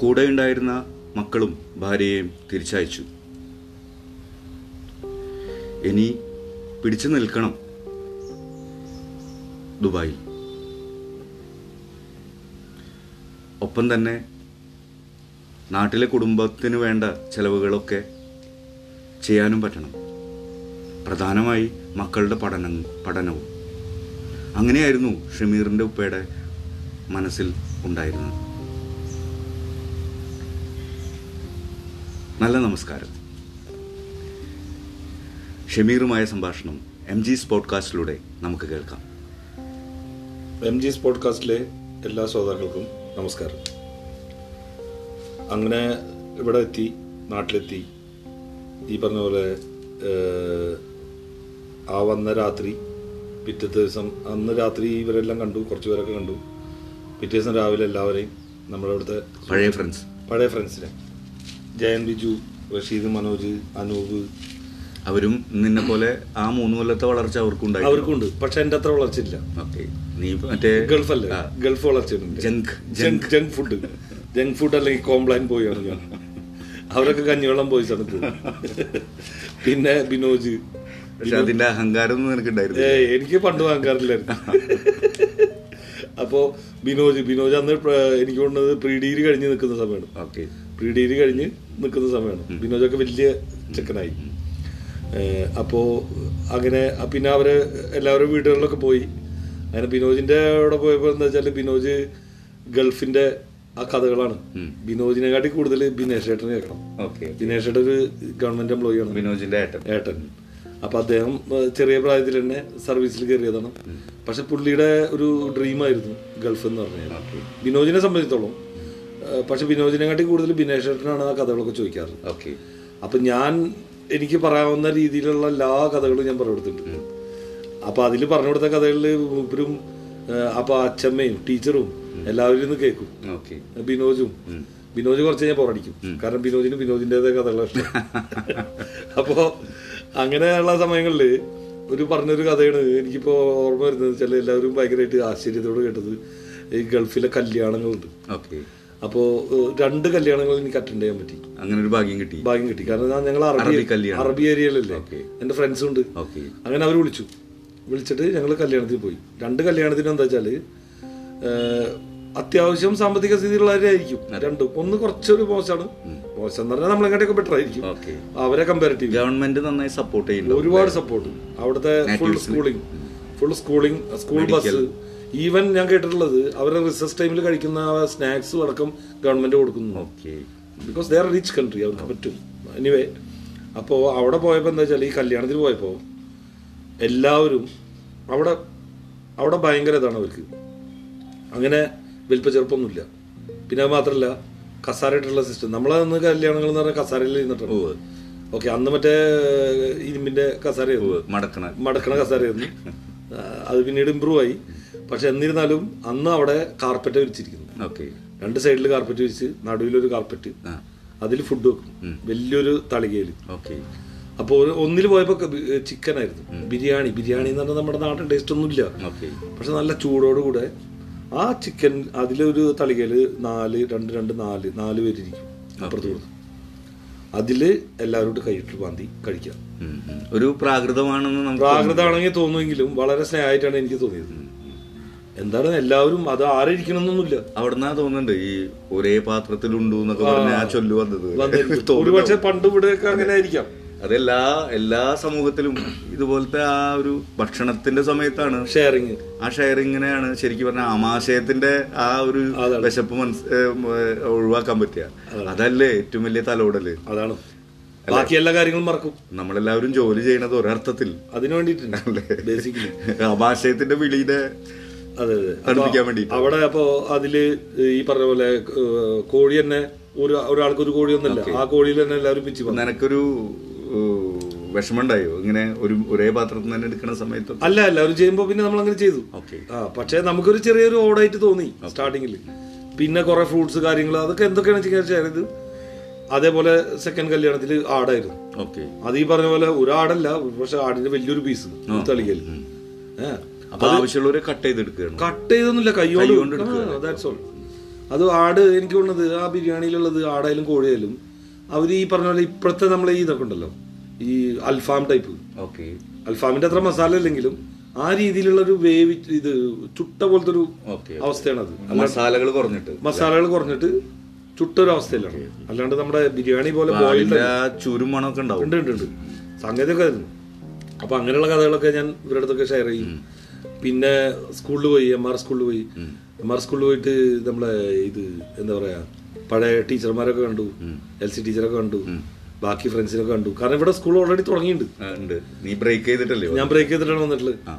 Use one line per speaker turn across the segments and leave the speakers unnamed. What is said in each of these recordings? കൂടെയുണ്ടായിരുന്ന മക്കളും ഭാര്യയെയും തിരിച്ചയച്ചു ഇനി പിടിച്ചു നിൽക്കണം ദുബായിൽ ഒപ്പം തന്നെ നാട്ടിലെ കുടുംബത്തിന് വേണ്ട ചെലവുകളൊക്കെ ചെയ്യാനും പറ്റണം പ്രധാനമായി മക്കളുടെ പഠനം പഠനവും അങ്ങനെയായിരുന്നു ഷമീറിൻ്റെ ഉപ്പയുടെ മനസ്സിൽ ഉണ്ടായിരുന്നത് നല്ല നമസ്കാരം ഷമീറുമായ സംഭാഷണം എം ജീസ് പോഡ്കാസ്റ്റിലൂടെ നമുക്ക് കേൾക്കാം
എം ജി പോഡ്കാസ്റ്റിലെ എല്ലാ ശ്രോതാക്കൾക്കും നമസ്കാരം അങ്ങനെ ഇവിടെ എത്തി നാട്ടിലെത്തി ഈ പറഞ്ഞ പോലെ ഏഹ്, ആ വന്ന രാത്രി പിറ്റത്തെ ദിവസം അന്ന് രാത്രി ഇവരെല്ലാം കണ്ടു കുറച്ച് പേരൊക്കെ കണ്ടു പിറ്റേ ദിവസം രാവിലെ എല്ലാവരെയും നമ്മുടെ ഇവിടുത്തെ
പഴയ ഫ്രണ്ട്സ്
പഴയ ഫ്രണ്ട്സിനെ ജയൻ ബിജു റഷീദ് മനോജ് അനൂപ്
അവരും നിന്നെ പോലെ ആ മൂന്ന് കൊല്ലത്തെ വളർച്ച അവർക്കുണ്ടായി
അവർക്കുണ്ട് പക്ഷെ എൻ്റെ അത്ര വളർച്ചയില്ല
ഓക്കെ നീ മറ്റേ
ഗൾഫ് അല്ലേ
ആ,
ഗൾഫ് വളർച്ചയുണ്ട്
junk
junk
junk
junk food junk food അല്ലെങ്കിൽ കോംപ്ലാൻ പോയാണ് ഞാൻ അവരൊക്കെ കഞ്ഞിവെള്ളം പോയി തണുപ്പ് പിന്നെ ബിനോജ്
പക്ഷെ അതിന്റെ അഹങ്കാരം ഒന്നും നിനക്കുണ്ടായിരുന്നു
ഏയ്, എനിക്ക് പണ്ട് വാങ്ങാറില്ലായിരുന്നു അപ്പോ ബിനോജ് ബിനോജ് അന്ന് പ്ര- എനിക്ക് കൊണ്ടത് പ്രീ ഡിഗ്രി കഴിഞ്ഞ് നിൽക്കുന്ന സമയമാണ്
ഓക്കെ
പ്രീ ഡിഗ്രി കഴിഞ്ഞ് നിൽക്കുന്ന സമയമാണ് ബിനോജൊക്കെ വലിയ ചെക്കനായി ഏഹ് അപ്പോ അങ്ങനെ അ- പിന്നെ അവര് എല്ലാവരും വീടുകളിലൊക്കെ പോയി അങ്ങനെ ബിനോജിന്റെ അവിടെ പോയപ്പോൾ എന്താ വെച്ചാൽ ബിനോജ് ഗൾഫിന്റെ ആ കഥകളാണ് ബിനോജിനെക്കാട്ടി കൂടുതൽ ബിനേഷ് ഏട്ടന് കേൾക്കണം
ഓക്കെ
ബിനേഷ് ഏട്ടൻ ഒരു ഗവൺമെന്റ് എംപ്ലോയി ആണ്
വിനോജിന്റെ ഏട്ടൻ
ഏട്ടൻ അപ്പൊ അദ്ദേഹം ഏഹ്, ചെറിയ പ്രായത്തിൽ തന്നെ സർവീസിൽ കയറിയതാണ് പക്ഷെ പുള്ളിയുടെ ഒരു ഡ്രീമായിരുന്നു ഗൾഫ് എന്ന് പറഞ്ഞാൽ
ഓക്കെ
ബിനോജിനെ സംബന്ധിച്ചിടത്തോളം ഏഹ്, പക്ഷെ ബിനോജിനെക്കാട്ടി കൂടുതൽ ബിനേഷ് ഏട്ടനാണ് ആ കഥകളൊക്കെ ചോദിക്കാറ്
ഓക്കെ
അപ്പം ഞാൻ എനിക്ക് പറയാവുന്ന രീതിയിലുള്ള എല്ലാ കഥകളും ഞാൻ പറഞ്ഞു കൊടുത്തിട്ടുണ്ട് അപ്പം അതിൽ പറഞ്ഞു കൊടുത്ത കഥകളിൽ മൂപ്പരും ഏഹ്, അപ്പം അച്ഛമ്മയും ടീച്ചറും എല്ലാവരും ഇരുന്ന് കേൾക്കും
ഓക്കെ
ബിനോജും ബിനോജ് കുറച്ച് കഴിഞ്ഞാൽ പോറടിക്കും കാരണം ബിനോജിന് ബിനോജിൻ്റെതായ കഥകളാണ് ഇഷ്ടം അപ്പോൾ അങ്ങനെയുള്ള സമയങ്ങളിൽ ഒരു പറഞ്ഞൊരു കഥയാണ് എനിക്കിപ്പോൾ ഓർമ്മ വരുന്നത് വെച്ചാൽ എല്ലാവരും ഭയങ്കരമായിട്ട് ആശ്ചര്യത്തോട് കേട്ടത് ഈ ഗൾഫിലെ കല്യാണങ്ങളുണ്ട്
ഓക്കെ
അപ്പോൾ രണ്ട് കല്യാണങ്ങൾ എനിക്ക് അറ്റൻഡ് ചെയ്യാൻ പറ്റി
അങ്ങനെ ഒരു ഭാഗ്യം കിട്ടി
ഭാഗ്യം കിട്ടി കാരണം ഞാൻ- ഞങ്ങൾ
അറബി
അറബി
കല്യാണം.
അറബി ഏരിയയിലല്ലേ
ഓക്കെ.
എൻ്റെ ഫ്രണ്ട്സ് ഉണ്ട്
ഓക്കെ
അങ്ങനെ അവർ വിളിച്ചു വിളിച്ചിട്ട് ഞങ്ങൾ കല്യാണത്തിന് പോയി രണ്ട് കല്യാണത്തിന് എന്താ വെച്ചാൽ അത്യാവശ്യം സാമ്പത്തിക സ്ഥിതിയുള്ളവരായിരിക്കും രണ്ടും ഒന്ന് കുറച്ചൊരു മോശമാണ് മോശം എന്ന് പറഞ്ഞാൽ നമ്മളെങ്ങാട്ടൊക്കെ ബെറ്റർ ആയിരിക്കും
ഓക്കെ
അവരെ കമ്പാരിറ്റീവ്
ഗവൺമെന്റ് നന്നായി സപ്പോർട്ട് ചെയ്യുന്നു
ഒരുപാട് സപ്പോർട്ട് അവിടുത്തെ full schooling full schooling school bus even ഞാൻ കേട്ടിട്ടുള്ളത് അവരെ റിസർച്ച് ടൈമിൽ കഴിക്കുന്ന സ്നാക്സ് അടക്കം ഗവൺമെന്റ് കൊടുക്കുന്നു
okay
because they are rich country അവർക്ക് പറ്റും എനിവേ അപ്പോൾ അവിടെ പോയപ്പോൾ എന്താ വെച്ചാൽ ഈ കല്യാണത്തിന് പോയപ്പോൾ എല്ലാവരും അവിടെ അവിടെ ഭയങ്കര ഇതാണ് അവർക്ക് അങ്ങനെ വലിപ്പ ചെറുപ്പമൊന്നുമില്ല പിന്നെ അത് മാത്രമല്ല കസാരയിട്ടുള്ള സിസ്റ്റം നമ്മളന്ന് കല്യാണങ്ങൾ എന്ന് പറഞ്ഞാൽ കസാരയിൽ ഇരുന്നിട്ടുണ്ട്
ഉവ്വ്.
ഓക്കെ അന്ന് മറ്റേ ഇരുമ്പിൻ്റെ കസാരയായിരുന്നു
ഉവ്വ്. മടക്കണ
മടക്കണ കസാരയായിരുന്നു ആ, അത് പിന്നീട് ഇമ്പ്രൂവ് ആയി പക്ഷെ എന്നിരുന്നാലും അന്ന് അവിടെ കാർപ്പറ്റ് വിരിച്ചിരിക്കുന്നു
ഓക്കെ
രണ്ട് സൈഡിൽ കാർപ്പറ്റ് വിരിച്ച് നടുവിലൊരു കാർപ്പറ്റ്
ആ
അതിൽ ഫുഡ് വെക്കും വലിയൊരു തളികയിൽ
ഓക്കെ
അപ്പോൾ ഒന്നിൽ പോയപ്പോൾ ചിക്കനായിരുന്നു ബിരിയാണി ബിരിയാണി എന്ന് പറഞ്ഞാൽ നമ്മുടെ നാട്ടിൽ ടേസ്റ്റ് ഒന്നുമില്ല
ഓക്കെ
പക്ഷെ നല്ല ചൂടോടുകൂടെ ആ ചിക്കൻ അതിലൊരു തളികയിൽ നാല് രണ്ട് രണ്ട് നാല് നാല് പേരിരിക്കും അപ്പുറത്ത് കൊടുത്തു അതിൽ എല്ലാവരും കൂടി കൈയിട്ട് പാന്തി കഴിക്കാം
ഉം, ഉം. ഒരു പ്രാകൃതമാണെന്ന് നമുക്ക്
പ്രാകൃതമാണെങ്കിൽ തോന്നുമെങ്കിലും വളരെ സ്നേഹമായിട്ടാണ് എനിക്ക് തോന്നിയത് എന്താണ് എല്ലാവരും അത് ആരിക്കണമെന്നൊന്നുമില്ല
അവിടുന്ന് തോന്നുന്നുണ്ട് ഈ ഒരേ പാത്രത്തിലുണ്ടു എന്നൊക്കെ പറഞ്ഞ ആ ചൊല്ലു വന്നത്
വന്നിരിക്കും. ഒരുപക്ഷെ പണ്ട് ഇവിടെയൊക്കെ അങ്ങനെ ആയിരിക്കാം
അതെല്ലാ എല്ലാ സമൂഹത്തിലും ഇതുപോലത്തെ ആ ഒരു ഭക്ഷണത്തിന്റെ സമയത്താണ്
ഷെയറിങ്
ആ ഷെയറിങ്ങിനെയാണ് ശരിക്കും പറഞ്ഞ ആമാശയത്തിന്റെ ആ ഒരു
അതാണ്.
വിശപ്പ് മനസ് ഏഹ്, ഏഹ്, ഒഴിവാക്കാൻ പറ്റിയ അതല്ലേ ഏറ്റവും വലിയ തലോടല്
അതാണ് ബാക്കി എല്ലാ കാര്യങ്ങളും മറക്കും
നമ്മളെല്ലാവരും ജോലി ചെയ്യണത് ഒരർത്ഥത്തിൽ
അതിനു വേണ്ടിയിട്ടുണ്ട് ബേസിക്കലി
ആമാശയത്തിന്റെ വിളിയുടെ
അതെ അതെ
അടുപ്പിക്കാൻ
അപ്പൊ
വേണ്ടി
അവിടെ അപ്പോ അതില് ഈ പറഞ്ഞ പോലെ ഏഹ്, കോഴി തന്നെ ഒരു ഒരാൾക്ക് ഒരു കോഴി ഒന്നല്ല ആ കോഴിയിൽ തന്നെ എല്ലാവരും പിച്ച് വന്നു
നിനക്കൊരു ഏഹ്, വിഷമമുണ്ടായോ ഇങ്ങനെ ഒരു ഒരേ പാത്രത്തിൽ നിന്ന് തന്നെ എടുക്കുന്ന സമയത്ത്
അല്ല എല്ലാവരും ചെയ്യുമ്പോ പിന്നെ നമ്മൾ അങ്ങനെ ചെയ്തു
ഓക്കെ
ആ പക്ഷെ നമുക്കൊരു ചെറിയൊരു ഓടായിട്ട് തോന്നി സ്റ്റാർട്ടിങ്ങിൽ പിന്നെ കുറെ ഫ്രൂട്ട്സ് കാര്യങ്ങൾ അതൊക്കെ എന്തൊക്കെയാണ് ചെയ്യാൻ ചെയ്ത് അതേപോലെ സെക്കൻഡ് കല്യാണത്തിൽ ആടായിരുന്നു
ഓക്കെ
അത് ഈ പറഞ്ഞ പോലെ ഒരാടല്ല പക്ഷെ ആടിന്റെ വലിയൊരു പീസ് തളിക്കൽ ഏഹ്
അപ്പൊ ആവശ്യമുള്ളവരെ കട്ട് ചെയ്തെടുക്കുകയാണ്
കട്ട് ചെയ്തൊന്നുമില്ല കൈയോട്
എടുക്കുക.
ദാറ്റ്സ് ഓൾ അത് ആട് എനിക്ക് തോന്നുന്നത് ആ ബിരിയാണിയിലുള്ളത് ആടായാലും കോഴിയായാലും അവർ ഈ പറഞ്ഞ പോലെ ഇപ്പോഴത്തെ നമ്മളെ ഈ ഇതൊക്കെ ഉണ്ടല്ലോ ഈ അൽഫാം ടൈപ്പ്
ഓക്കെ
അൽഫാമിന്റെ അത്ര മസാല ഇല്ലെങ്കിലും ആ രീതിയിലുള്ള ഒരു വേവി ഇത് ചുട്ട പോലത്തെ ഒരു
ഓക്കെ
അവസ്ഥയാണത്
മസാലകൾ കുറഞ്ഞിട്ട്
മസാലകൾ കുറഞ്ഞിട്ട് ചുട്ട ഒരു അവസ്ഥയിലാണ് അല്ലാണ്ട് നമ്മുടെ ബിരിയാണി പോലെ ബോയിൽഡ്
അതിന്റെ ആ ചുരും മണമൊക്കെ ഉണ്ടാവും
ഉണ്ട് ഉണ്ട് ഉണ്ട് സംഗതിയൊക്കെ ആയിരുന്നു അപ്പൊ അങ്ങനെയുള്ള കഥകളൊക്കെ ഞാൻ ഇവരുടെ അടുത്തൊക്കെ ഷെയർ ചെയ്യും പിന്നെ സ്കൂളിൽ പോയി എം ആർ സ്കൂളിൽ പോയി എം ആർ സ്കൂളിൽ പോയിട്ട് നമ്മളെ ഇത് എന്താ പറയാ പഴയ ടീച്ചർമാരൊക്കെ കണ്ടു എൽ സി ടീച്ചറൊക്കെ കണ്ടു ബാക്കി ഫ്രണ്ട്സിനൊക്കെ കണ്ടു കാരണം ഇവിടെ സ്കൂൾ ഓൾറെഡി തുടങ്ങിയിട്ടുണ്ട്
ആ, ഉണ്ട് നീ ബ്രേക്ക് ചെയ്തിട്ടല്ലേ
ഞാൻ ബ്രേക്ക് ചെയ്തിട്ടാണ് വന്നിട്ടുള്ളത്
ആ.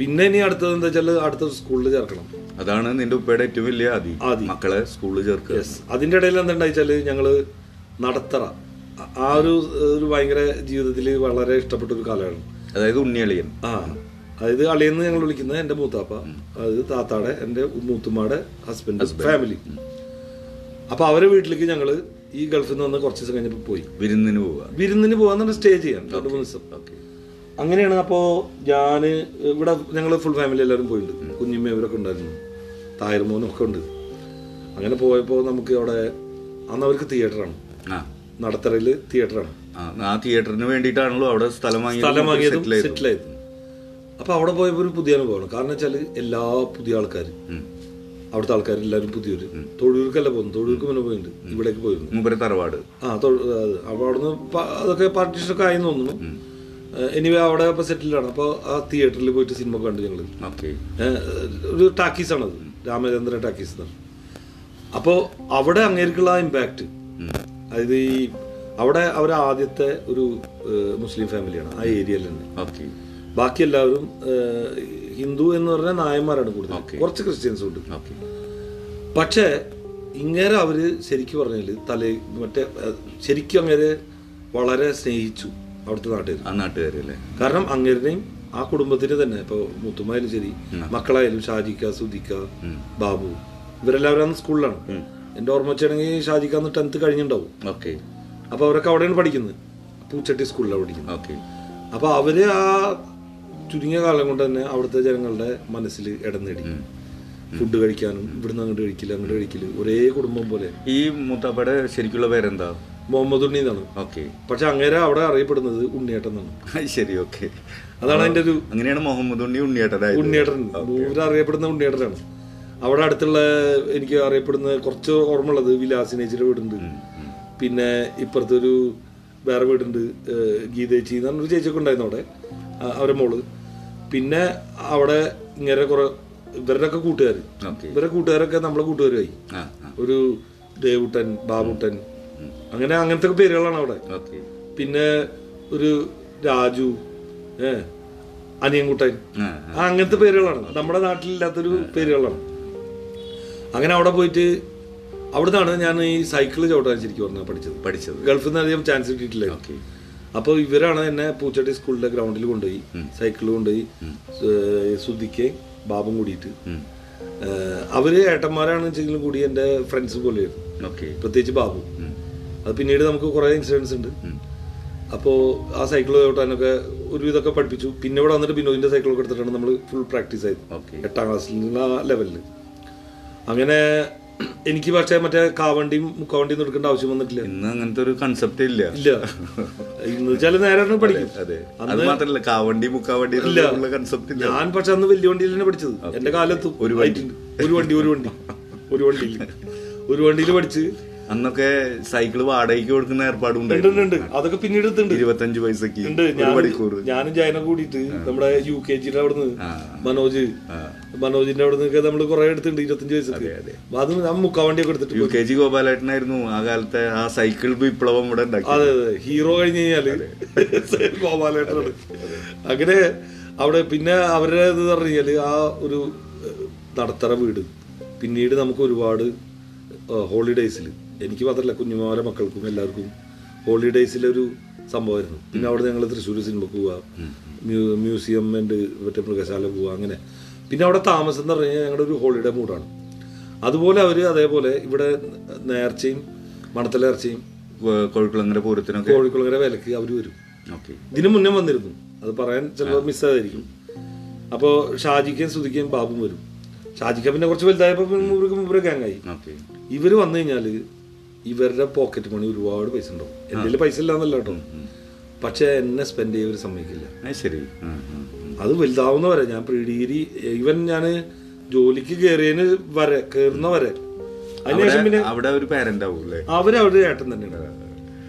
പിന്നെ ഇനി അടുത്തത് എന്താ വെച്ചാൽ അടുത്ത സ്കൂളിൽ ചേർക്കണം
അതാണ് നിന്റെ ഉപ്പയുടെ ഏറ്റവും വലിയ ആദി
ആദി.
മക്കളെ സ്കൂളിൽ ചേർക്കുക
യെസ് അതിൻ്റെ ഇടയിൽ എന്തുണ്ടായിച്ചാല് ഞങ്ങള് നടത്തറ ആ- ആ ഒരു ഒരു ഭയങ്കര ജീവിതത്തിൽ വളരെ ഇഷ്ടപ്പെട്ട ഒരു കാലമാണ്
അതായത് ഉണ്ണിയളിയൻ
ആ അതായത് അളിയെന്ന് ഞങ്ങൾ വിളിക്കുന്നത് എൻ്റെ മൂത്താപ്പ അത് താത്താടെ എൻ്റെ മൂത്തുമ്മാടെ ഹസ്ബൻഡ് ഫാമിലി അപ്പൊ അവരെ വീട്ടിലേക്ക് ഞങ്ങള് ഈ ഗൾഫിൽ നിന്ന് വന്ന് കുറച്ച് ദിവസം കഴിഞ്ഞപ്പോൾ പോയി
വിരുന്നിന് പോവുക
വിരുന്നിന് പോകാന്നുണ്ട് സ്റ്റേ ചെയ്യാൻ രണ്ട് മൂന്ന് ദിവസം അങ്ങനെയാണ് അപ്പോൾ ഞാൻ ഇവിടെ ഞങ്ങൾ ഫുൾ ഫാമിലി എല്ലാവരും പോയിട്ടുണ്ട് കുഞ്ഞുമ്മ ഇവരൊക്കെ ഉണ്ടായിരുന്നു തായർ മോനും ഒക്കെ ഉണ്ട് അങ്ങനെ പോയപ്പോൾ നമുക്ക് അവിടെ അന്ന് അവർക്ക് തിയേറ്ററാണ്
ആ
നടത്തറയിൽ തിയേറ്ററാണ്
ആ, ആ തിയേറ്ററിന് വേണ്ടിയിട്ടാണല്ലോ അവിടെ സ്ഥലം
സ്ഥലം
വാങ്ങിയത്
വാങ്ങിയതും സെറ്റിൽ ആയത് അപ്പോൾ അവിടെ പോയപ്പോൾ ഒരു പുതിയ അനുഭവമാണ് കാരണം വെച്ചാൽ എല്ലാ പുതിയ ആൾക്കാർ
ഉം.
അവിടുത്തെ ആൾക്കാരെല്ലാവരും പുതിയവർ തൊഴിലൂർക്കല്ല പോകുന്നു തൊഴിലൂർക്ക് മുന്നേ പോയിട്ടുണ്ട് ഇവിടേക്ക് പോയിരുന്നു
മൂപ്പരെ തറവാട്
ആ തൊഴു- അത് അപ്പൊ അവിടുന്ന് പ- അതൊക്കെ പാർട്ടീഷനൊക്കെ ആയി തോന്നുന്നു എനിവേ അവിടെ അപ്പൊ സെറ്റിലാണ് അപ്പൊ ആ തിയേറ്ററിൽ പോയിട്ട് സിനിമ കണ്ടു ഞങ്ങള്
ഓക്കെ
ഏഹ്, ഒരു ടാക്കീസ് ആണത് രാമചന്ദ്രൻ ടാക്കീസ് എന്നാണ് അപ്പോൾ അവിടെ അങ്ങേർക്കുള്ള ഇമ്പാക്റ്റ് അതായത് ഈ അവിടെ അവർ ആദ്യത്തെ ഒരു ഏഹ്, മുസ്ലിം ഫാമിലിയാണ് ആ ഏരിയയിൽ തന്നെ
ഓക്കെ
ബാക്കി എല്ലാവരും ഏഹ്, ഹിന്ദു എന്ന് പറഞ്ഞാൽ നായന്മാരാണ് കൂടുതൽ കുറച്ച് ക്രിസ്ത്യൻസും ഉണ്ട്
ഓക്കെ
പക്ഷേ ഇങ്ങനെ അവര് ശരിക്കും പറഞ്ഞാല് തലേ മറ്റേ അഹ് ശരിക്കും അങ്ങനെ വളരെ സ്നേഹിച്ചു അവിടുത്തെ നാട്ടുകാർ
ആ നാട്ടുകാരല്ലേ
കാരണം അങ്ങേരുടെയും ആ കുടുംബത്തിന് തന്നെ ഇപ്പൊ മുത്തുമായാലും ശരി മക്കളായാലും ഷാജിക്ക സുധിക്ക ബാബു ഇവരെല്ലാവരും അന്ന് സ്കൂളിലാണ് എന്റെ ഓർമ്മ വെച്ചാണെങ്കിൽ ഷാജിക്ക അന്ന് ടെൻത്ത് കഴിഞ്ഞിട്ടുണ്ടാവും
ഓക്കെ
അപ്പൊ അവരൊക്കെ അവിടെയാണ് പഠിക്കുന്നത് പൂച്ചട്ടി സ്കൂളിലാണ് പഠിക്കുന്നത്
ഓക്കെ
അപ്പൊ അവര് ആ ചുരുങ്ങിയ കാലം കൊണ്ട് തന്നെ അവിടുത്തെ ജനങ്ങളുടെ മനസ്സിൽ ഇടം നേടി ഫുഡ് കഴിക്കാനും ഇവിടുന്ന് അങ്ങോട്ട് കഴിക്കില്ല അങ്ങോട്ട് കഴിക്കില്ല ഒരേ കുടുംബം പോലെ
ഈ മൂത്താപ്പയുടെ ശരിക്കുള്ള പേരെന്താ
മുഹമ്മദ് ഉണ്ണി എന്നാണ്
ഓക്കെ
പക്ഷെ അങ്ങേരെ അവിടെ അറിയപ്പെടുന്നത് ഉണ്ണിയേട്ടൻ എന്നാണ്
ശരി ഓക്കെ
അതാണ് അതിന്റെ ഒരു
അങ്ങനെയാണ് മുഹമ്മദ് ഉണ്ണി ഉണ്ണിയേട്ടനായത്
ഉണ്ണിയേട്ടൻ മൂവർ അറിയപ്പെടുന്ന ഉണ്ണിയേട്ടനാണ് അവിടെ അടുത്തുള്ള എനിക്ക് അറിയപ്പെടുന്ന കുറച്ച് ഓർമ്മയുള്ളത് വിലാസിനേച്ചിയുടെ വീടുണ്ട് പിന്നെ ഇപ്പുറത്തെ ഒരു വേറെ വീടുണ്ട് ഏഹ് ഗീതേച്ചി എന്ന് പറഞ്ഞൊരു ചേച്ചിയൊക്കെ ഉണ്ടായിരുന്നു അവിടെ ആ, അവരെ മോള് പിന്നെ അവിടെ ഇങ്ങനെ കുറെ ഇവരുടെയൊക്കെ കൂട്ടുകാർ
ഓക്കെ
ഇവരുടെ കൂട്ടുകാരൊക്കെ നമ്മളെ കൂട്ടുകാരുമായി
ആ ആ
ഒരു ദേവുട്ടൻ ബാബുട്ടൻ അങ്ങനെ അങ്ങനത്തെ ഒക്കെ പേരുകളാണ് അവിടെ
ഓക്കെ
പിന്നെ ഒരു രാജു ഏ അനിയൻകുട്ടൻ
ആ
ആ, അങ്ങനത്തെ പേരുകളാണ് നമ്മുടെ നാട്ടിലില്ലാത്തൊരു പേരുകളാണ് അങ്ങനെ അവിടെ പോയിട്ട് അവിടുന്നാണ് ഞാൻ ഈ സൈക്കിൾ ചവിട്ടാൻ ശരിക്കും പറഞ്ഞാൽ പഠിച്ചത്
പഠിച്ചത്
ഗൾഫിൽ നിന്ന് അധികം ചാൻസ് കിട്ടിയിട്ടില്ല
ഓക്കെ
അപ്പോൾ ഇവരാണ് എന്നെ പൂച്ചട്ടി സ്കൂളിലെ ഗ്രൗണ്ടിൽ കൊണ്ടുപോയി സൈക്കിൾ കൊണ്ടുപോയി സുധിക്ക് ബാബും കൂടിയിട്ട് ഏഹ്, അവര് ഏട്ടന്മാരാണെന്ന് വെച്ചെങ്കിലും കൂടി എൻ്റെ ഫ്രണ്ട്സ് പോലെയായിരുന്നു
ഓക്കെ
പ്രത്യേകിച്ച് ബാബു അത് പിന്നീട് നമുക്ക് കുറേ ഇൻസിഡൻസ് ഉണ്ട് അപ്പോൾ ആ സൈക്കിൾ ചവിട്ടാനൊക്കെ ഒരു ഇതൊക്കെ പഠിപ്പിച്ചു പിന്നെ ഇവിടെ വന്നിട്ട് ബിനോദിന്റെ സൈക്കിളൊക്കെ എടുത്തിട്ടാണ് നമ്മൾ ഫുൾ പ്രാക്ടീസ് ആയത്
ഓക്കെ
എട്ടാം ക്ലാസ്സിൽ നിന്ന് ആ ലെവലിൽ അങ്ങനെ എനിക്ക് പക്ഷേ മറ്റേ കാവണ്ടിയും മുക്കാവണ്ടിയും ഒന്നും എടുക്കേണ്ട ആവശ്യം വന്നിട്ടില്ല
ഇന്ന് അങ്ങനത്തെ ഒരു കൺസെപ്റ്റ് ഇല്ല
ഇല്ല ഇന്ന് വെച്ചാൽ നേരാണ് പഠിക്കും
അതെ അത് മാത്രല്ല കാവണ്ടി മുക്കാവണ്ടി എന്നുള്ള കൺസെപ്റ്റ് ഇല്ല
ഞാൻ പക്ഷെ അന്ന് വലിയ വണ്ടിയിൽ തന്നെ പഠിച്ചത് എന്റെ കാലത്ത് ഒരു വണ്ടി ഒരു വണ്ടി ഒരു വണ്ടി ഒരു വണ്ടിയിൽ ഒരു വണ്ടിയിൽ പഠിച്ച്
അന്നൊക്കെ സൈക്കിൾ വാടകയ്ക്ക് കൊടുക്കുന്ന ഏർപ്പാടുണ്ടായിരുന്നു
ഉണ്ട്, ഉണ്ട്, ഉണ്ട്. അതൊക്കെ പിന്നീട് എടുത്തുണ്ട്
ഇരുപത്തഞ്ച് പൈസക്ക്
ഉണ്ട്
ഒരു
ഞാൻ
മണിക്കൂർ
ഞാനും ജയനെ കൂടിയിട്ട് നമ്മുടെ യു കെ ജിയുടെ അവിടുന്ന്
ആ.
മനോജ് മനോജിന്റെ അവിടെ നിന്നൊക്കെ നമ്മൾ കുറെ എടുത്തിട്ടുണ്ട് ഇരുപത്തഞ്ച് വയസ്സൊക്കെ അത് ഞാൻ മുക്കാവണ്ടിയൊക്കെ എടുത്തിട്ട്
യു കെ ജി ഗോപാലേട്ടനായിരുന്നു ആ കാലത്തെ ആ സൈക്കിൾ വിപ്ലവം ഇവിടെ ഉണ്ടാക്കി
അതെ അതെ ഹീറോ കഴിഞ്ഞ് കഴിഞ്ഞാല് ഗോപാലേട്ടനാണ് അങ്ങനെ അവിടെ പിന്നെ അവരുടെ ഇത് പറഞ്ഞു കഴിഞ്ഞാല് ആ ഒരു ഏഹ്, നടത്തറ വീട് പിന്നീട് നമുക്ക് ഒരുപാട് ഹോളിഡേയ്സിൽ എനിക്ക് മാത്രമല്ല കുഞ്ഞുമാരെ മക്കൾക്കും എല്ലാവർക്കും ഹോളിഡേയ്സിലെ ഒരു സംഭവമായിരുന്നു പിന്നെ അവിടെ ഞങ്ങൾ തൃശ്ശൂർ സിനിമക്ക് പോവുക മ്യൂ- മ്യൂസിയം ഉണ്ട് മറ്റേ മൃഗശാല പോവുക അങ്ങനെ പിന്നെ അവിടെ താമസം എന്ന് പറഞ്ഞു കഴിഞ്ഞാൽ ഞങ്ങളുടെ ഒരു ഹോളിഡേ മൂഡാണ് അതുപോലെ അവർ അതേപോലെ ഇവിടെ നേർച്ചയും മണത്തലേർച്ചയും
കോ- കോഴിക്കുളങ്ങര പൂരത്തിനൊക്കെ
കോഴിക്കുളങ്ങര വിലക്ക് അവർ വരും
ഓക്കെ
ഇതിനു മുന്നേ വന്നിരുന്നു അത് പറയാൻ ചിലപ്പോൾ മിസ്സായിരിക്കും അപ്പോൾ ഷാജിക്കയും സുധിക്കയും ബാബും വരും ഷാജിക്ക പിന്നെ കുറച്ച് വലുതായപ്പോൾ മൂപ്പർക്ക് മൂപ്പര് ഗാങ്ങായി
ഓക്കെ
ഇവർ വന്നു കഴിഞ്ഞാൽ ഇവരുടെ പോക്കറ്റ് മണി ഒരുപാട് പൈസ ഉണ്ടാവും എൻ്റെ കയ്യില് പൈസ ഇല്ല എന്നല്ല കേട്ടോ പക്ഷേ എന്നെ സ്പെൻഡ് ചെയ്യാൻ ഇവർ സമ്മതിക്കില്ല
അത് ശരി ആ, ആ, ആ.
അത് വലുതാവുന്ന വരെ ഞാൻ പ്രീ ഡിഗ്രി ഈവൻ ഞാൻ ജോലിക്ക് കയറിയതിന് വരെ കയറുന്ന വരെ അതിനുശേഷം
അവിടെ
പിന്നെ
അവിടെ ഒരു പാരന്റ് ആവും അല്ലേ
അവരവരുടെ ഏട്ടൻ തന്നെയാണ്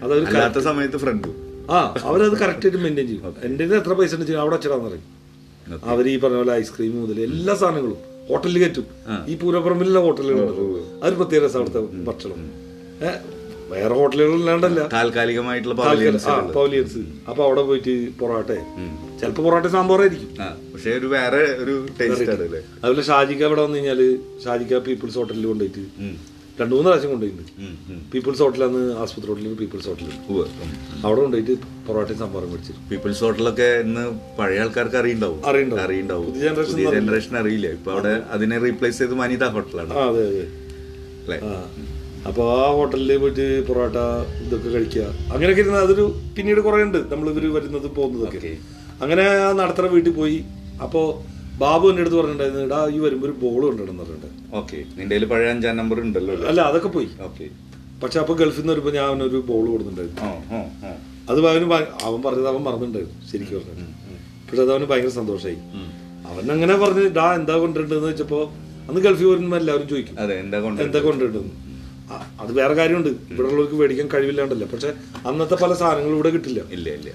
അതവർ
അല്ലാത്ത സമയത്ത് ഫ്രണ്ടും
ആ അവരത് correct ആയിട്ട് മെയിൻറ്റെയിൻ ചെയ്യും എൻ്റെ കയ്യിൽ എത്ര പൈസ ഉണ്ട് അവിടെ അച്ചിടാന്ന് പറയും അവർ ഈ പറഞ്ഞ പോലെ ഐസ്ക്രീം മുതൽ എല്ലാ സാധനങ്ങളും ഹോട്ടലിൽ കയറ്റും ഈ പൂരപ്പുറമ്പിലുള്ള ഹോട്ടലുകളുണ്ടല്ലോ അതൊരു പ്രത്യേക രസം അവിടുത്തെ ഭക്ഷണം ഏ, വേറെ ഹോട്ടലുകളില്ലാണ്ടല്ല
താൽക്കാലികമായിട്ടുള്ള
ആ
പവലിയൻസ്
പവലിയൻസ് അപ്പൊ അവിടെ പോയിട്ട് പൊറോട്ട ചിലപ്പോ പൊറോട്ട സാമ്പാറായിരിക്കും
ആ പക്ഷെ ഒരു വേറെ ഒരു ടേസ്റ്റ് ആണ് അല്ലേ
അതുപോലെ ഷാജിക്ക ഇവിടെ വന്നു കഴിഞ്ഞാല് ഷാജിക്ക പീപ്പിൾസ് ഹോട്ടലിൽ കൊണ്ടുപോയിട്ട്
ഉം.
രണ്ടു മൂന്ന് പ്രാവശ്യം കൊണ്ടുപോയിട്ടുണ്ട്
ഉം, ഉം.
പീപ്പിൾസ് ഹോട്ടലാണ് ആസ്പത്രി ഹോട്ടലിൽ പീപ്പിൾസ് ഹോട്ടലിൽ
ഉവ്വ്. ഉം.
അവിടെ കൊണ്ടുപോയിട്ട് പൊറോട്ടയും സാമ്പാറും മേടിച്ചു
പീപ്പിൾസ് ഹോട്ടലൊക്കെ ഇന്ന് പഴയ ആൾക്കാർക്ക് അറിയണ്ടാവും
അറിയണ്ടാവും.
അറിയണ്ടാവും
പുതിയ generation
പുതിയ ജനറേഷൻ അറിയില്ല ഇപ്പൊ അവിടെ അതിനെ റീപ്ലേസ് ചെയ്ത് വനിതാ ഹോട്ടലാണ്
ആ അതെ അതെ
അല്ലേ
ആ അപ്പൊ ആ ഹോട്ടലിൽ പോയിട്ട് പൊറോട്ട ഇതൊക്കെ കഴിക്കുക അങ്ങനെയൊക്കെ ഇരുന്ന അതൊരു പിന്നീട് കുറേ ഉണ്ട് നമ്മൾ ഇവര് വരുന്നത് പോകുന്നതൊക്കെ
Okay.
അങ്ങനെ ആ നടത്തറ വീട്ടിൽ പോയി അപ്പോ ബാബു എൻ്റെ അടുത്ത് പറഞ്ഞിട്ടുണ്ടായിരുന്നു എടാ ഈ വരുമ്പോൾ ഒരു ബോൾ കൊണ്ടിടുന്ന പറഞ്ഞിട്ടുണ്ട്
ഓക്കെ നിന്റെ കയ്യില് പഴയ അഞ്ചാം നമ്പർ ഉണ്ടല്ലോ
അല്ല അതൊക്കെ പോയി
ഓക്കെ
പക്ഷെ അപ്പൊ ഗൾഫിൽ നിന്ന് വരുമ്പോൾ ഞാൻ അവനൊരു ബോൾ കൊടുത്തിട്ടുണ്ടായിരുന്നു
ആ ആ ആ
അത് അവന് ഭയ- അവൻ പറഞ്ഞത് അവൻ മറന്നിട്ടുണ്ടായിരുന്നു ശരിക്കും പറഞ്ഞു പക്ഷെ അത് അവന് ഭയങ്കര സന്തോഷമായി
ഉം.
അവൻ അങ്ങനെ പറഞ്ഞു ഡാ എന്താ കൊണ്ടിട്ടുണ്ടെന്ന് വെച്ചപ്പോ അന്ന് ഗൾഫിൽ വരുമ്പോൾ എല്ലാവരും ചോദിക്കും
അതെ എന്താ കൊണ്ട്
എന്താ കൊണ്ടുവരുന്നത് അ- അത് വേറെ കാര്യമുണ്ട് ഇവിടെ ഉള്ളവർക്ക് മേടിക്കാൻ കഴിവില്ലാണ്ടല്ല പക്ഷെ അന്നത്തെ പല സാധനങ്ങളും ഇവിടെ കിട്ടില്ല
ഇല്ല ഇല്ല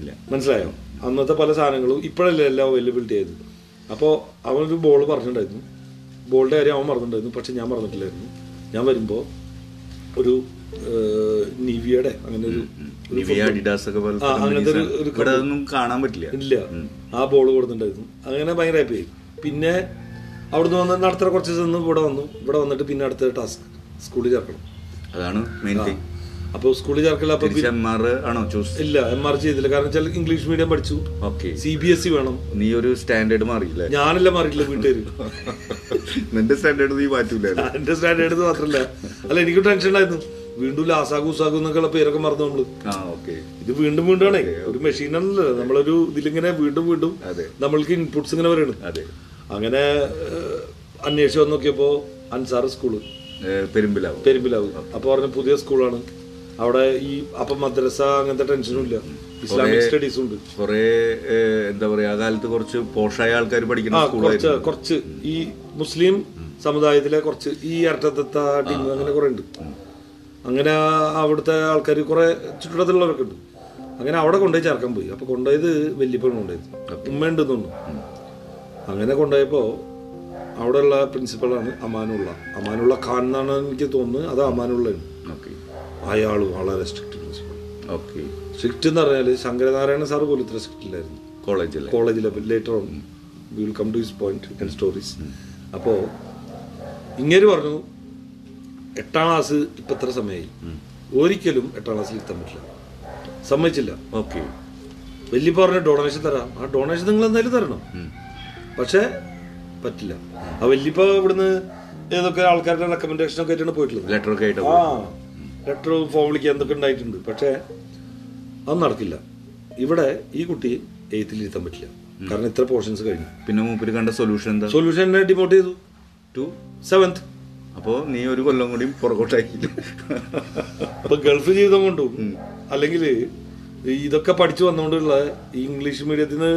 ഇല്ല
മനസ്സിലായോ അന്നത്തെ പല സാധനങ്ങളും ഇപ്പോഴല്ലേ എല്ലാം അവൈലബിലിറ്റി ആയത് അപ്പോൾ അവനൊരു ബോൾ പറഞ്ഞിട്ടുണ്ടായിരുന്നു ബോളിൻ്റെ കാര്യം അവൻ മറന്നിട്ടുണ്ടായിരുന്നു പക്ഷെ ഞാൻ മറന്നിട്ടില്ലായിരുന്നു ഞാൻ വരുമ്പോൾ ഒരു ഏഹ്, നിവിയുടെ അങ്ങനെ ഒരു
നിവിയ അഡിഡാസ് ഒക്കെ പോലത്തെ
ആ, അങ്ങനത്തെ ഒരു-
companies ആണ്. ഇവിടെ അതൊന്നും കാണാൻ പറ്റില്ല
ഇല്ല ആ ബോൾ കൊടുത്തിട്ടുണ്ടായിരുന്നു അങ്ങനെ ഭയങ്കര ഹാപ്പി ആയി പിന്നെ അവിടുന്ന് വന്ന് നടത്തറ കുറച്ച് ചെന്ന് ഇവിടെ വന്നു ഇവിടെ വന്നിട്ട് പിന്നെ അടുത്ത ടാസ്ക് സ്കൂളിൽ ചേർക്കണം
അതാണ് മെയിൻ തിങ്
അപ്പോൾ സ്കൂളിൽ ചേർക്കില്ല അപ്പോൾ
തിരിച്ച് എം ആർ ആണോ ചൂസ്
ഇല്ല എം ആർ ചെയ്തില്ല കാരണം വെച്ചാൽ ഇംഗ്ലീഷ് മീഡിയം പഠിച്ചു
okay
C B S E E വേണം
നീ ഒരു സ്റ്റാൻഡേർഡ് മാറിയില്ലേ
ഞാനല്ല മാറിയിട്ടില്ല വീട്ടുകാർ
നിന്റെ സ്റ്റാൻഡേർഡ് നീ മാറ്റൂല
എന്റെ സ്റ്റാൻഡേർഡ് മാത്രല്ല അല്ല എനിക്ക് ടെൻഷൻ ഉണ്ടായിരുന്നു വീണ്ടും ലാസാഗു ഉസാഗു എന്നൊക്കെയുള്ള പേരൊക്കെ മറന്നു നമ്മള്
ആ ഓക്കെ
ഇത് വീണ്ടും വീണ്ടും ആണേ ഒരു മെഷീനല്ല നമ്മളൊരു ഇതിലിങ്ങനെ വീണ്ടും വീണ്ടും
അതെ.
നമ്മൾക്ക് ഇൻപുട്സ് ഇങ്ങനെ വരണം
അതെ
അങ്ങനെ ഏഹ്, അന്വേഷിച്ച് വന്ന് നോക്കിയപ്പോ അൻസാർ സ്കൂള്
ഏ, പെരുമ്പിലാവും
പെരുമ്പിലാവ് അപ്പൊ പറഞ്ഞ പുതിയ സ്കൂളാണ് അവിടെ ഈ അപ്പൊ മദ്രസ അങ്ങനത്തെ ടെൻഷനും ഇല്ല ഇസ്ലാമിക് സ്റ്റഡീസും ഉണ്ട്
കൊറേ ഏ, എന്താ പറയാ ആ കാലത്ത് കുറച്ച് പോഷായ ആൾക്കാർ
ആ
പഠിക്കുന്ന
കുറച്ച്
സ്കൂളായിരുന്നു
കുറച്ച് ഈ മുസ്ലിം സമുദായത്തിലെ കുറച്ച് ഈ അരട്ടത്തത്ത ടീം അങ്ങനെ കുറെ ഉണ്ട് അങ്ങനെ അവിടുത്തെ ആൾക്കാർ കുറെ ചുറ്റുവട്ടത്തുള്ളവരൊക്കെ ഉണ്ട് അങ്ങനെ അവിടെ കൊണ്ടുപോയി ചേർക്കാൻ പോയി അപ്പൊ കൊണ്ടുപോയത് വല്യപ്പണ് കൊണ്ടുപോയത് ഉമ്മയുണ്ട് തോന്നുന്നു അങ്ങനെ കൊണ്ടുപോയപ്പോ അവിടെയുള്ള പ്രിൻസിപ്പളാണ് അമാനുള്ള അമാനുള്ള ഖാൻ എന്നാണ് എനിക്ക് തോന്നുന്നത് അത് അമാനുള്ളയാണ്
ഓക്കെ
അയാൾ വളരെ സ്ട്രിക്റ്റ് പ്രിൻസിപ്പൾ
ഓക്കെ
സ്ട്രിക്റ്റ് എന്ന് പറഞ്ഞാൽ ശങ്കരനാരായണ സാർ പോലും ഇത്ര സ്ട്രിക്റ്റ് ഇല്ലായിരുന്നു
കോളേജിലെ
college level later on we will come to his point and stories അപ്പോൾ ഇങ്ങനെ പറഞ്ഞു എട്ടാം ക്ലാസ് ഇപ്പം എത്ര സമയമായി ഒരിക്കലും എട്ടാം ക്ലാസ്സിൽ എത്താൻ പറ്റില്ല സമ്മതിച്ചില്ല
ഓക്കെ
വലിയ പറഞ്ഞ ഡൊണേഷൻ തരാം ആ ഡൊണേഷൻ നിങ്ങൾ എന്തായാലും തരണം പക്ഷേ പറ്റില്ല ആ വല്യപ്പ ഇവിടുന്ന് ഏതൊക്കെ ആൾക്കാരുടെ റെക്കമെൻഡേഷൻ ഒക്കെ ആയിട്ടാണ് പോയിട്ടുള്ളത്
ലെറ്റർ ഒക്കെ ആയിട്ട്
ആ ലെറ്റർ ഫോം വിളിക്കാൻ എന്തൊക്കെ ഉണ്ടായിട്ടുണ്ട് പക്ഷേ അത് നടക്കില്ല ഇവിടെ ഈ കുട്ടി എയ്ത്തിൽ ഇരുത്താൻ പറ്റില്ല കാരണം ഇത്ര പോർഷൻസ് കഴിഞ്ഞു
പിന്നെ മൂപ്പര് കണ്ട സൊല്യൂഷൻ എന്താ
സൊല്യൂഷനെ ഡിമോട്ട് ചെയ്തു
ടു
സെവൻത്
അപ്പോ നീ ഒരു കൊല്ലം കൂടി പുറകോട്ടായി
അപ്പൊ ഗൾഫ് ജീവിതം കൊണ്ടും അല്ലെങ്കിൽ ഇതൊക്കെ പഠിച്ചു വന്നുകൊണ്ടുള്ള ഈ ഇംഗ്ലീഷ് മീഡിയത്തിൽ നിന്ന്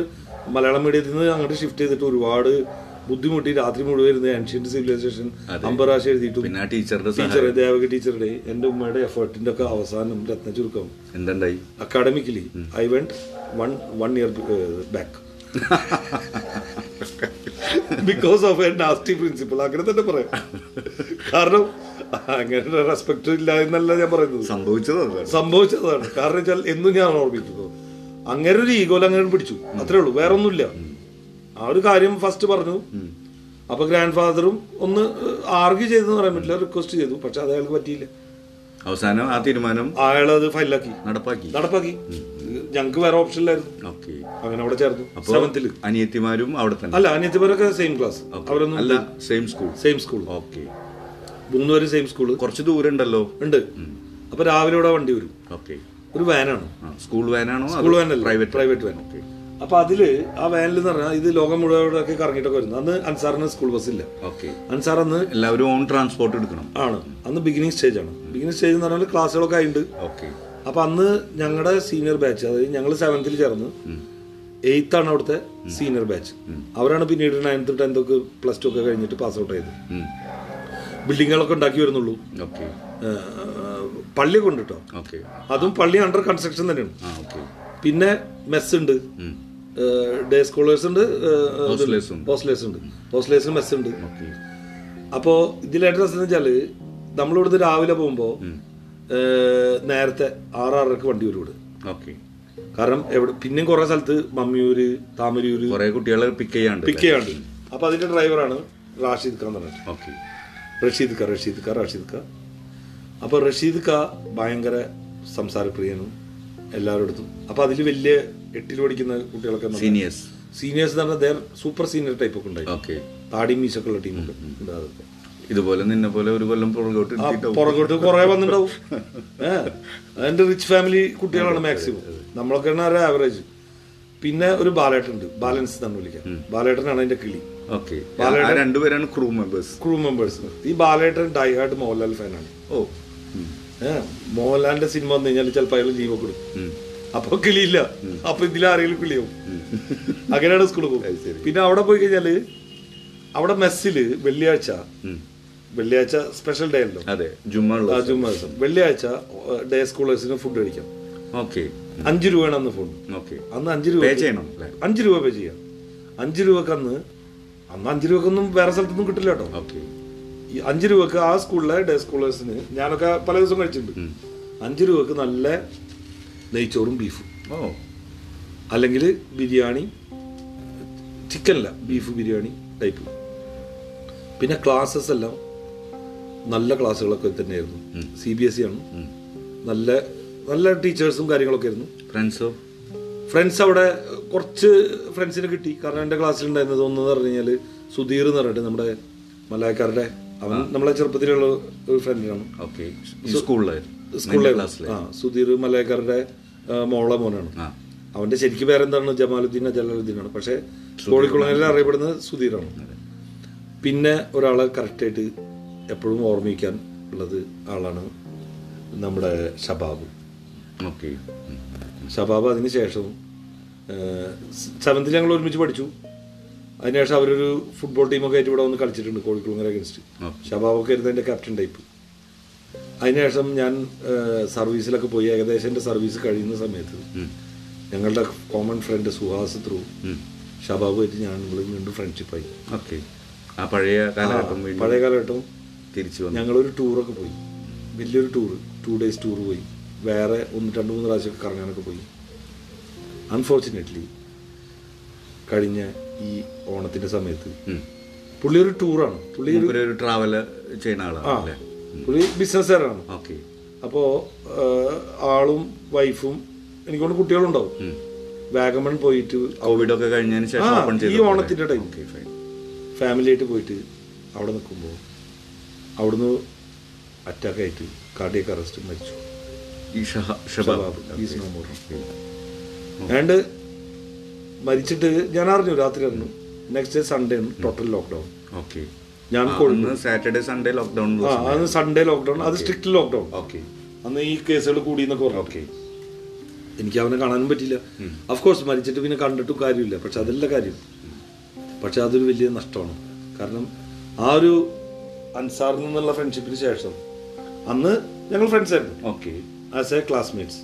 മലയാളം മീഡിയത്തിൽ നിന്ന് അങ്ങോട്ട് ഷിഫ്റ്റ് ചെയ്തിട്ട് ഒരുപാട് ബുദ്ധിമുട്ടി രാത്രി മുഴുവൻ ഇരുന്ന് ഏൻഷ്യന്റ് സിവിലൈസേഷൻ അമ്പരാശ എഴുതിയിട്ടും
പിന്നെ ആ ടീച്ചറുടെ സഹായം
ടീച്ചറെ ദേവക ടീച്ചറുടെ എൻ്റെ ഉമ്മയുടെ എഫേർട്ടിന്റെ ഒക്കെ അവസാനം രത്ന ചുരുക്കം
എന്തുണ്ടായി
academically I went one one year back because of a nasty principal അങ്ങനെ തന്നെ പറയാം കാരണം അങ്ങനെ റെസ്പെക്ട് ഇല്ല എന്നല്ല ഞാൻ പറയുന്നത്
സംഭവിച്ചത് അതാണ്
സംഭവിച്ചതാണ് കാരണം വെച്ചാൽ എന്നും ഞാൻ ഓർമ്മിക്കുന്നത് അങ്ങനെ ഒരു ഈഗോയിൽ അങ്ങനെ പിടിച്ചു അത്രേ ഉള്ളൂ വേറെ ഒന്നുമില്ല ആ ഒരു കാര്യം ഫസ്റ്റ് പറഞ്ഞു അപ്പൊ ഗ്രാൻഡ് ഫാദറും ഒന്ന് ആർഗ്യൂ ചെയ്തെന്ന് പറയാൻ പറ്റില്ല റിക്വസ്റ്റ് ചെയ്തു പക്ഷെ അത് അയാൾക്ക് പറ്റിയില്ല
അവസാനം ആ തീരുമാനം
അയാളത് ഫയലാക്കി
നടപ്പാക്കി
നടപ്പാക്കി ഞങ്ങൾക്ക് വേറെ ഓപ്ഷൻ ഇല്ലായിരുന്നു
ഓക്കെ
അങ്ങനെ അവിടെ ചേർന്നു
അപ്പോ
സെവന്തില്
അനിയത്തിമാരും അവിടെ തന്നെ
അല്ല അനിയത്തിമാരൊക്കെ സെയിം ക്ലാസ് അവരൊന്നും
അല്ല same school
same school
okay
മൂന്നുപേരും സെയിം സ്കൂൾ
കുറച്ച് ദൂരം ഉണ്ടല്ലോ
ഉണ്ട് അപ്പൊ രാവിലെ ഇവിടെ വണ്ടി വരും
ഓക്കെ
ഒരു വാനാണ്
സ്കൂൾ വാനാണോ
സ്കൂൾ വാൻ അല്ല
പ്രൈവറ്റ്
പ്രൈവറ്റ് വാൻ
ഓക്കെ
അപ്പൊ അതില് ആ വാനിൽ എന്ന് പറഞ്ഞാൽ ഇത് ലോകം മുഴുവനൊക്കെ കറങ്ങിയിട്ടൊക്കെ വരുന്നു അന്ന് അൻസാറിന് സ്കൂൾ ബസ് ഇല്ല
ഓക്കെ
അൻസാർ അന്ന്
എല്ലാവരും ഓൺ ട്രാൻസ്പോർട്ട് എടുക്കണം
ആണ് അന്ന് ബിഗിനിങ് സ്റ്റേജ് ആണ് ബിഗിനിങ് സ്റ്റേജ് എന്ന് പറഞ്ഞാൽ ക്ലാസ്സുകളൊക്കെ ആയിട്ടുണ്ട്
ഓക്കെ
അപ്പൊ അന്ന് ഞങ്ങളുടെ സീനിയർ ബാച്ച് അതായത് ഞങ്ങൾ സെവൻത്തിൽ ചേർന്ന് എയ്ത്ത് ആണ് അവിടുത്തെ സീനിയർ ബാച്ച് അവരാണ് പിന്നീട് നയൻത്ത് ടെൻത്ത് ഒക്കെ പ്ലസ് ടു ഒക്കെ കഴിഞ്ഞിട്ട് പാസ് ഔട്ട് ചെയ്തത് ബിൽഡിങ്ങുകളൊക്കെ ഉണ്ടാക്കി വരുന്നുള്ളൂ
ഓക്കെ
ഏഹ്, പള്ളിയൊക്കെ ഉണ്ട് കേട്ടോ
ഓക്കെ
അതും പള്ളി അണ്ടർ കൺസ്ട്രക്ഷൻ തന്നെയാണ്
ആ ഓക്കെ
പിന്നെ മെസ് ഉണ്ട് ഡേ സ്കോളേഴ്സ് ഉണ്ട്
Hostelers ഉണ്ട്.
ഹോസ്റ്റലേഴ്സ് ഉണ്ട് ഹോസ്റ്റലേഴ്സ് മെസ് ഉണ്ട്
ഓക്കെ
അപ്പോ ഇതിലേറ്റ രസം എന്ന് വെച്ചാല് നമ്മളിവിടുന്ന് രാവിലെ പോകുമ്പോ ഏഹ്, നേരത്തെ ആറ് ആറരക്ക് വണ്ടി വരും ഇവിടെ
ഓക്കെ
കാരണം എവിടെ പിന്നെയും കുറെ സ്ഥലത്ത് മമ്മിയൂര് താമരയൂര്
കുറെ കുട്ടികളെ പിക്ക് ചെയ്യാണ്ട്
പിക്ക് ചെയ്യാണ്ട് അപ്പൊ അതിന്റെ ഡ്രൈവറാണ് റാഷീദ് ഖാൻ എന്ന് പറഞ്ഞിട്ട്
ഓക്കെ
റഷീദ് ഖാൻ റഷീദ് ഖാൻ റഷീദ് ഖാൻ അപ്പൊ റഷീദ് ഖാ ഭയങ്കര സംസാരപ്രിയനും എല്ലാവരോടത്തും അപ്പൊ അതിൽ വലിയ എട്ടിൽ പഠിക്കുന്ന കുട്ടികളൊക്കെ നമ്മൾ
സീനിയേഴ്സ്
സീനിയേഴ്സ് എന്ന് പറഞ്ഞാൽ സൂപ്പർ സീനിയർ ടൈപ്പ് ഒക്കെ ഉണ്ടായി
ഓക്കെ
താടി മീശൊക്കെ ഉള്ള ടീമൊക്കെ ഉണ്ടാകും
ഇതുപോലെ നിന്നെ പോലെ ഒരു കൊല്ലം പുറകോട്ട്
ആ,
ഇരുത്തിയിട്ടാവും.
പുറകോട്ട് കുറെ വന്നിട്ടുണ്ടാവും ഏഹ് അതിന്റെ റിച്ച് ഫാമിലി കുട്ടികളാണ് മാക്സിമം നമ്മളൊക്കെ ആവറേജ് പിന്നെ ഒരു ബാലേട്ടൻ ഉണ്ട് ബാലൻസ് എന്നാണ് വിളിക്കാം ബാലേട്ടനാണ് അതിന്റെ കിളി
ഓക്കെ ആ രണ്ടുപേരാണ് ക്രൂ മെമ്പേഴ്സ്
ക്രൂ മെമ്പേഴ്സ് ഈ ബാലേട്ടൻ ഡൈഹാർഡ് മോഹൻലാൽ ഫാനാണ്
ഓ
ഏഹ് മോഹൻലാലിന്റെ സിനിമ വന്നു കഴിഞ്ഞാൽ ചിലപ്പോൾ അയാൾ ജീവൊക്കെ കൊടുക്കും അപ്പൊ കിളിയില്ല അപ്പൊ ഇതിലാരെങ്കിലും കിളിയാവും അങ്ങനെയാണ് സ്കൂളിൽ പോകും പിന്നെ അവിടെ പോയി കഴിഞ്ഞാല് അവിടെ മെസ്സില് വെള്ളിയാഴ്ച വെള്ളിയാഴ്ച സ്പെഷ്യൽ ഡേ അല്ലോ
അതെ ജുമ്മ ഉള്ള
ആ, ജുമാ ദിവസം വെള്ളിയാഴ്ച ഡേ സ്കോളേഴ്സിന് ഫുഡ് കഴിക്കാം
ഓക്കെ
അഞ്ച് രൂപയാണ് അന്ന് ഫുഡ്
ഓക്കെ
അന്ന് അഞ്ച് രൂപ
പേ ചെയ്യണം അല്ലേ
അഞ്ച് രൂപ പേ ചെയ്യാം അഞ്ച് രൂപക്ക് അന്ന് അന്ന് അഞ്ച് രൂപക്കൊന്നും വേറെ സ്ഥലത്തൊന്നും കിട്ടില്ല കേട്ടോ
ഓക്കെ
ഈ അഞ്ച് രൂപക്ക് ആ സ്കൂളിലെ ഡേ സ്കോളേഴ്സിന് ഞാനൊക്കെ പല ദിവസം കഴിച്ചിട്ടുണ്ട് അഞ്ച് രൂപക്ക് നല്ല നെയ്ച്ചോറും ബീഫും
ഓ
അല്ലെങ്കിൽ ബിരിയാണി ചിക്കനല്ല ബീഫ് ബിരിയാണി ടൈപ്പ് പിന്നെ ക്ലാസ്സസ് എല്ലാം നല്ല ക്ലാസ്സുകളൊക്കെ തന്നെയായിരുന്നു C B S E E ആണ് നല്ല നല്ല ടീച്ചേഴ്സും കാര്യങ്ങളൊക്കെ ആയിരുന്നു
ഫ്രണ്ട്സോ
ഫ്രണ്ട്സ് അവിടെ കുറച്ച് ഫ്രണ്ട്സിന് കിട്ടി കാരണം എൻ്റെ ക്ലാസ്സിലുണ്ടായിരുന്നത് ഒന്നെന്ന് പറഞ്ഞു കഴിഞ്ഞാൽ സുധീർ എന്ന് പറഞ്ഞിട്ട് നമ്മുടെ മലയാക്കാരുടെ അവൻ നമ്മളെ ചെറുപ്പത്തിലുള്ള ഒരു ഫ്രണ്ടിനാണ്
ഓക്കെ സ്കൂളിലായിരുന്നു
സ്കൂളിലെ
ക്ലാസ്സിൽ
ആ സുധീർ മലയാക്കാരുടെ ആ, മോളെ മോനാണ്
ആ
അവന്റെ ശരിക്കും പേരെന്താണ് ജമാലുദ്ദീൻ ജലാലുദ്ദീനാണ് പക്ഷെ കോഴിക്കുളങ്ങളിൽ അറിയപ്പെടുന്നത് സുധീറാണ് പിന്നെ ഒരാളെ കറക്റ്റായിട്ട് എപ്പോഴും ഓർമ്മിക്കാൻ ഉള്ളത് ആളാണ് നമ്മുടെ ഷബാബ്
ഓക്കെ
ഷബാബ് അതിന് ശേഷവും സെവൻത്തിൽ ഞങ്ങൾ ഒരുമിച്ച് പഠിച്ചു അതിനുശേഷം അവരൊരു ഫുട്ബോൾ ടീമൊക്കെ ആയിട്ട് ഇവിടെ വന്ന് കളിച്ചിട്ടുണ്ട് കോഴിക്കുളങ്ങര അഗൻസ്റ്റ്
ആ.
ഷബാബൊക്കെ ആയിരുന്നു എൻ്റെ ക്യാപ്റ്റൻ ടൈപ്പ് അതിനുശേഷം ഞാൻ ഏഹ്, സർവീസിലൊക്കെ പോയി ഏകദേശം എൻ്റെ സർവീസ് കഴിയുന്ന സമയത്ത് ഞങ്ങളുടെ കോമൺ ഫ്രണ്ട് സുഹാസ് ത്രൂ ഷബാബുമായിട്ട് ഞാൻ നമ്മൾ വീണ്ടും ഫ്രണ്ട്ഷിപ്പായി
ഓക്കെ ആ പഴയ കാലഘട്ടം വീണ്ടും
പഴയ കാലഘട്ടവും
തിരിച്ചു വന്നു
ഞങ്ങളൊരു ടൂറൊക്കെ പോയി വലിയൊരു ടൂർ ടു ഡേയ്സ് ടൂർ പോയി വേറെ ഒന്ന് രണ്ട് മൂന്ന് പ്രാവശ്യമൊക്കെ കറങ്ങാനൊക്കെ പോയി അൺഫോർച്ചുനേറ്റ്ലി കഴിഞ്ഞ ഈ ഓണത്തിൻ്റെ സമയത്ത്
ഉം.
പുള്ളി ഒരു ടൂറാണ് പുള്ളി ഒരു
മൂപ്പര് ഒരു ട്രാവൽ ചെയ്യുന്ന
ആ
ആളാണ് അല്ലേ
പുള്ളി ബിസിനസ്സുകാരാണ്
ഓക്കെ
അപ്പോൾ ആളും വൈഫും എനിക്കൊണ്ട് കുട്ടികളുണ്ടാവും വാഗമൺ പോയിട്ട്
കോവിഡ് ഒക്കെ കഴിഞ്ഞതിന് ശേഷം
ആ,
ഓപ്പൺ
ഈ
ചെയ്തു
ഓണത്തിന്റെ ടൈം
ഓക്കെ ഫൈൻ
ഫാമിലിയായിട്ട് പോയിട്ട് അവിടെ നിൽക്കുമ്പോൾ അവിടുന്ന് അറ്റാക്കായിട്ട് കാർഡിയക്ക് അറസ്റ്റ് മരിച്ചു
ഈ ഷഹ- Shabab
Shabab is no more and മരിച്ചിട്ട് ഞാൻ അറിഞ്ഞു രാത്രി അറിഞ്ഞു next day Sunday total lockdown
okay
ഞാൻ
അന്ന് സാറ്റർഡേ സൺഡേ ലോക്ക്ഡൌൺ
ആ അന്ന് സൺഡേ ലോക്ക്ഡൗൺ അത് സ്ട്രിക്ട് ലോക്ക്ഡൗൺ
ഓക്കെ
അന്ന് ഈ കേസുകൾ കൂടി എന്നൊക്കെ പറഞ്ഞു
ഓക്കെ
എനിക്ക് അവനെ കാണാനും പറ്റില്ല ഓഫ് കോഴ്സ് മരിച്ചിട്ട് പിന്നെ കണ്ടിട്ടും കാര്യമില്ല പക്ഷെ അതല്ല കാര്യം പക്ഷെ അതൊരു വലിയ നഷ്ടമാണ് കാരണം ആ ഒരു അൻസാറിൽ നിന്നുള്ള ഫ്രണ്ട്ഷിപ്പിന് ശേഷം അന്ന് ഞങ്ങൾ ഫ്രണ്ട്സ് ആയിരുന്നു
ഓക്കെ
ആസ് എ ക്ലാസ്മേറ്റ്സ്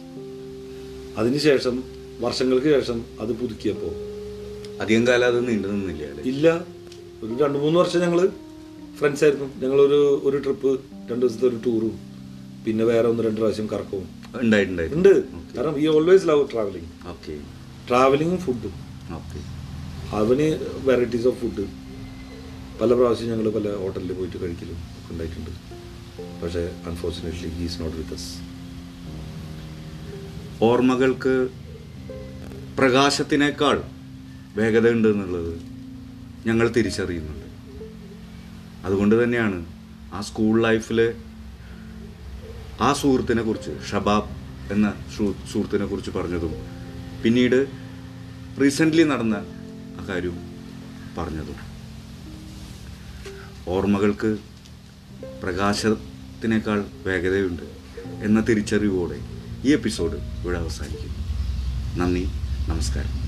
അതിനുശേഷം വർഷങ്ങൾക്ക് ശേഷം അത് പുതുക്കിയപ്പോൾ
അധികം കാലം അത് നീണ്ടു നിന്നില്ല അല്ലേ
ഇല്ല ഒരു രണ്ട് മൂന്ന് വർഷം ഞങ്ങൾ ഫ്രണ്ട്സ് ആയിരുന്നു ഞങ്ങളൊരു ഒരു ട്രിപ്പ് രണ്ട് ദിവസത്തെ ഒരു ടൂറും പിന്നെ വേറെ ഒന്ന് രണ്ട് പ്രാവശ്യം കറക്കവും
ഉണ്ടായിട്ടുണ്ടായിരുന്നു
ഉണ്ട് കാരണം ഈ ഓൾവേസ് ലവ് ട്രാവലിംഗ്
ഓക്കെ
ട്രാവലിങ്ങും ഫുഡും
ഓക്കെ
അവന് വെറൈറ്റീസ് ഓഫ് ഫുഡ് പല പ്രാവശ്യം ഞങ്ങൾ പല ഹോട്ടലിൽ പോയിട്ട് കഴിക്കലും ഒക്കെ ഉണ്ടായിട്ടുണ്ട് പക്ഷേ unfortunately he's not with us
ഓർമ്മകൾക്ക് പ്രകാശത്തിനേക്കാൾ വേഗത ഉണ്ട് എന്നുള്ളത് ഞങ്ങൾ തിരിച്ചറിയുന്നുണ്ട് അതുകൊണ്ട് തന്നെയാണ് ആ സ്കൂൾ ലൈഫിലെ ആ സുഹൃത്തിനെ കുറിച്ച് ഷബാബ് എന്ന സുഹൃത്തിനെ കുറിച്ച് പറഞ്ഞതും പിന്നീട് റീസെൻ്റ്ലി നടന്ന ആ കാര്യവും പറഞ്ഞതും ഓർമ്മകൾക്ക് പ്രകാശത്തിനേക്കാൾ വേഗതയുണ്ട് എന്ന തിരിച്ചറിവോടെ ഈ എപ്പിസോഡ് ഇവിടെ അവസാനിക്കുന്നു നന്ദി നമസ്കാരം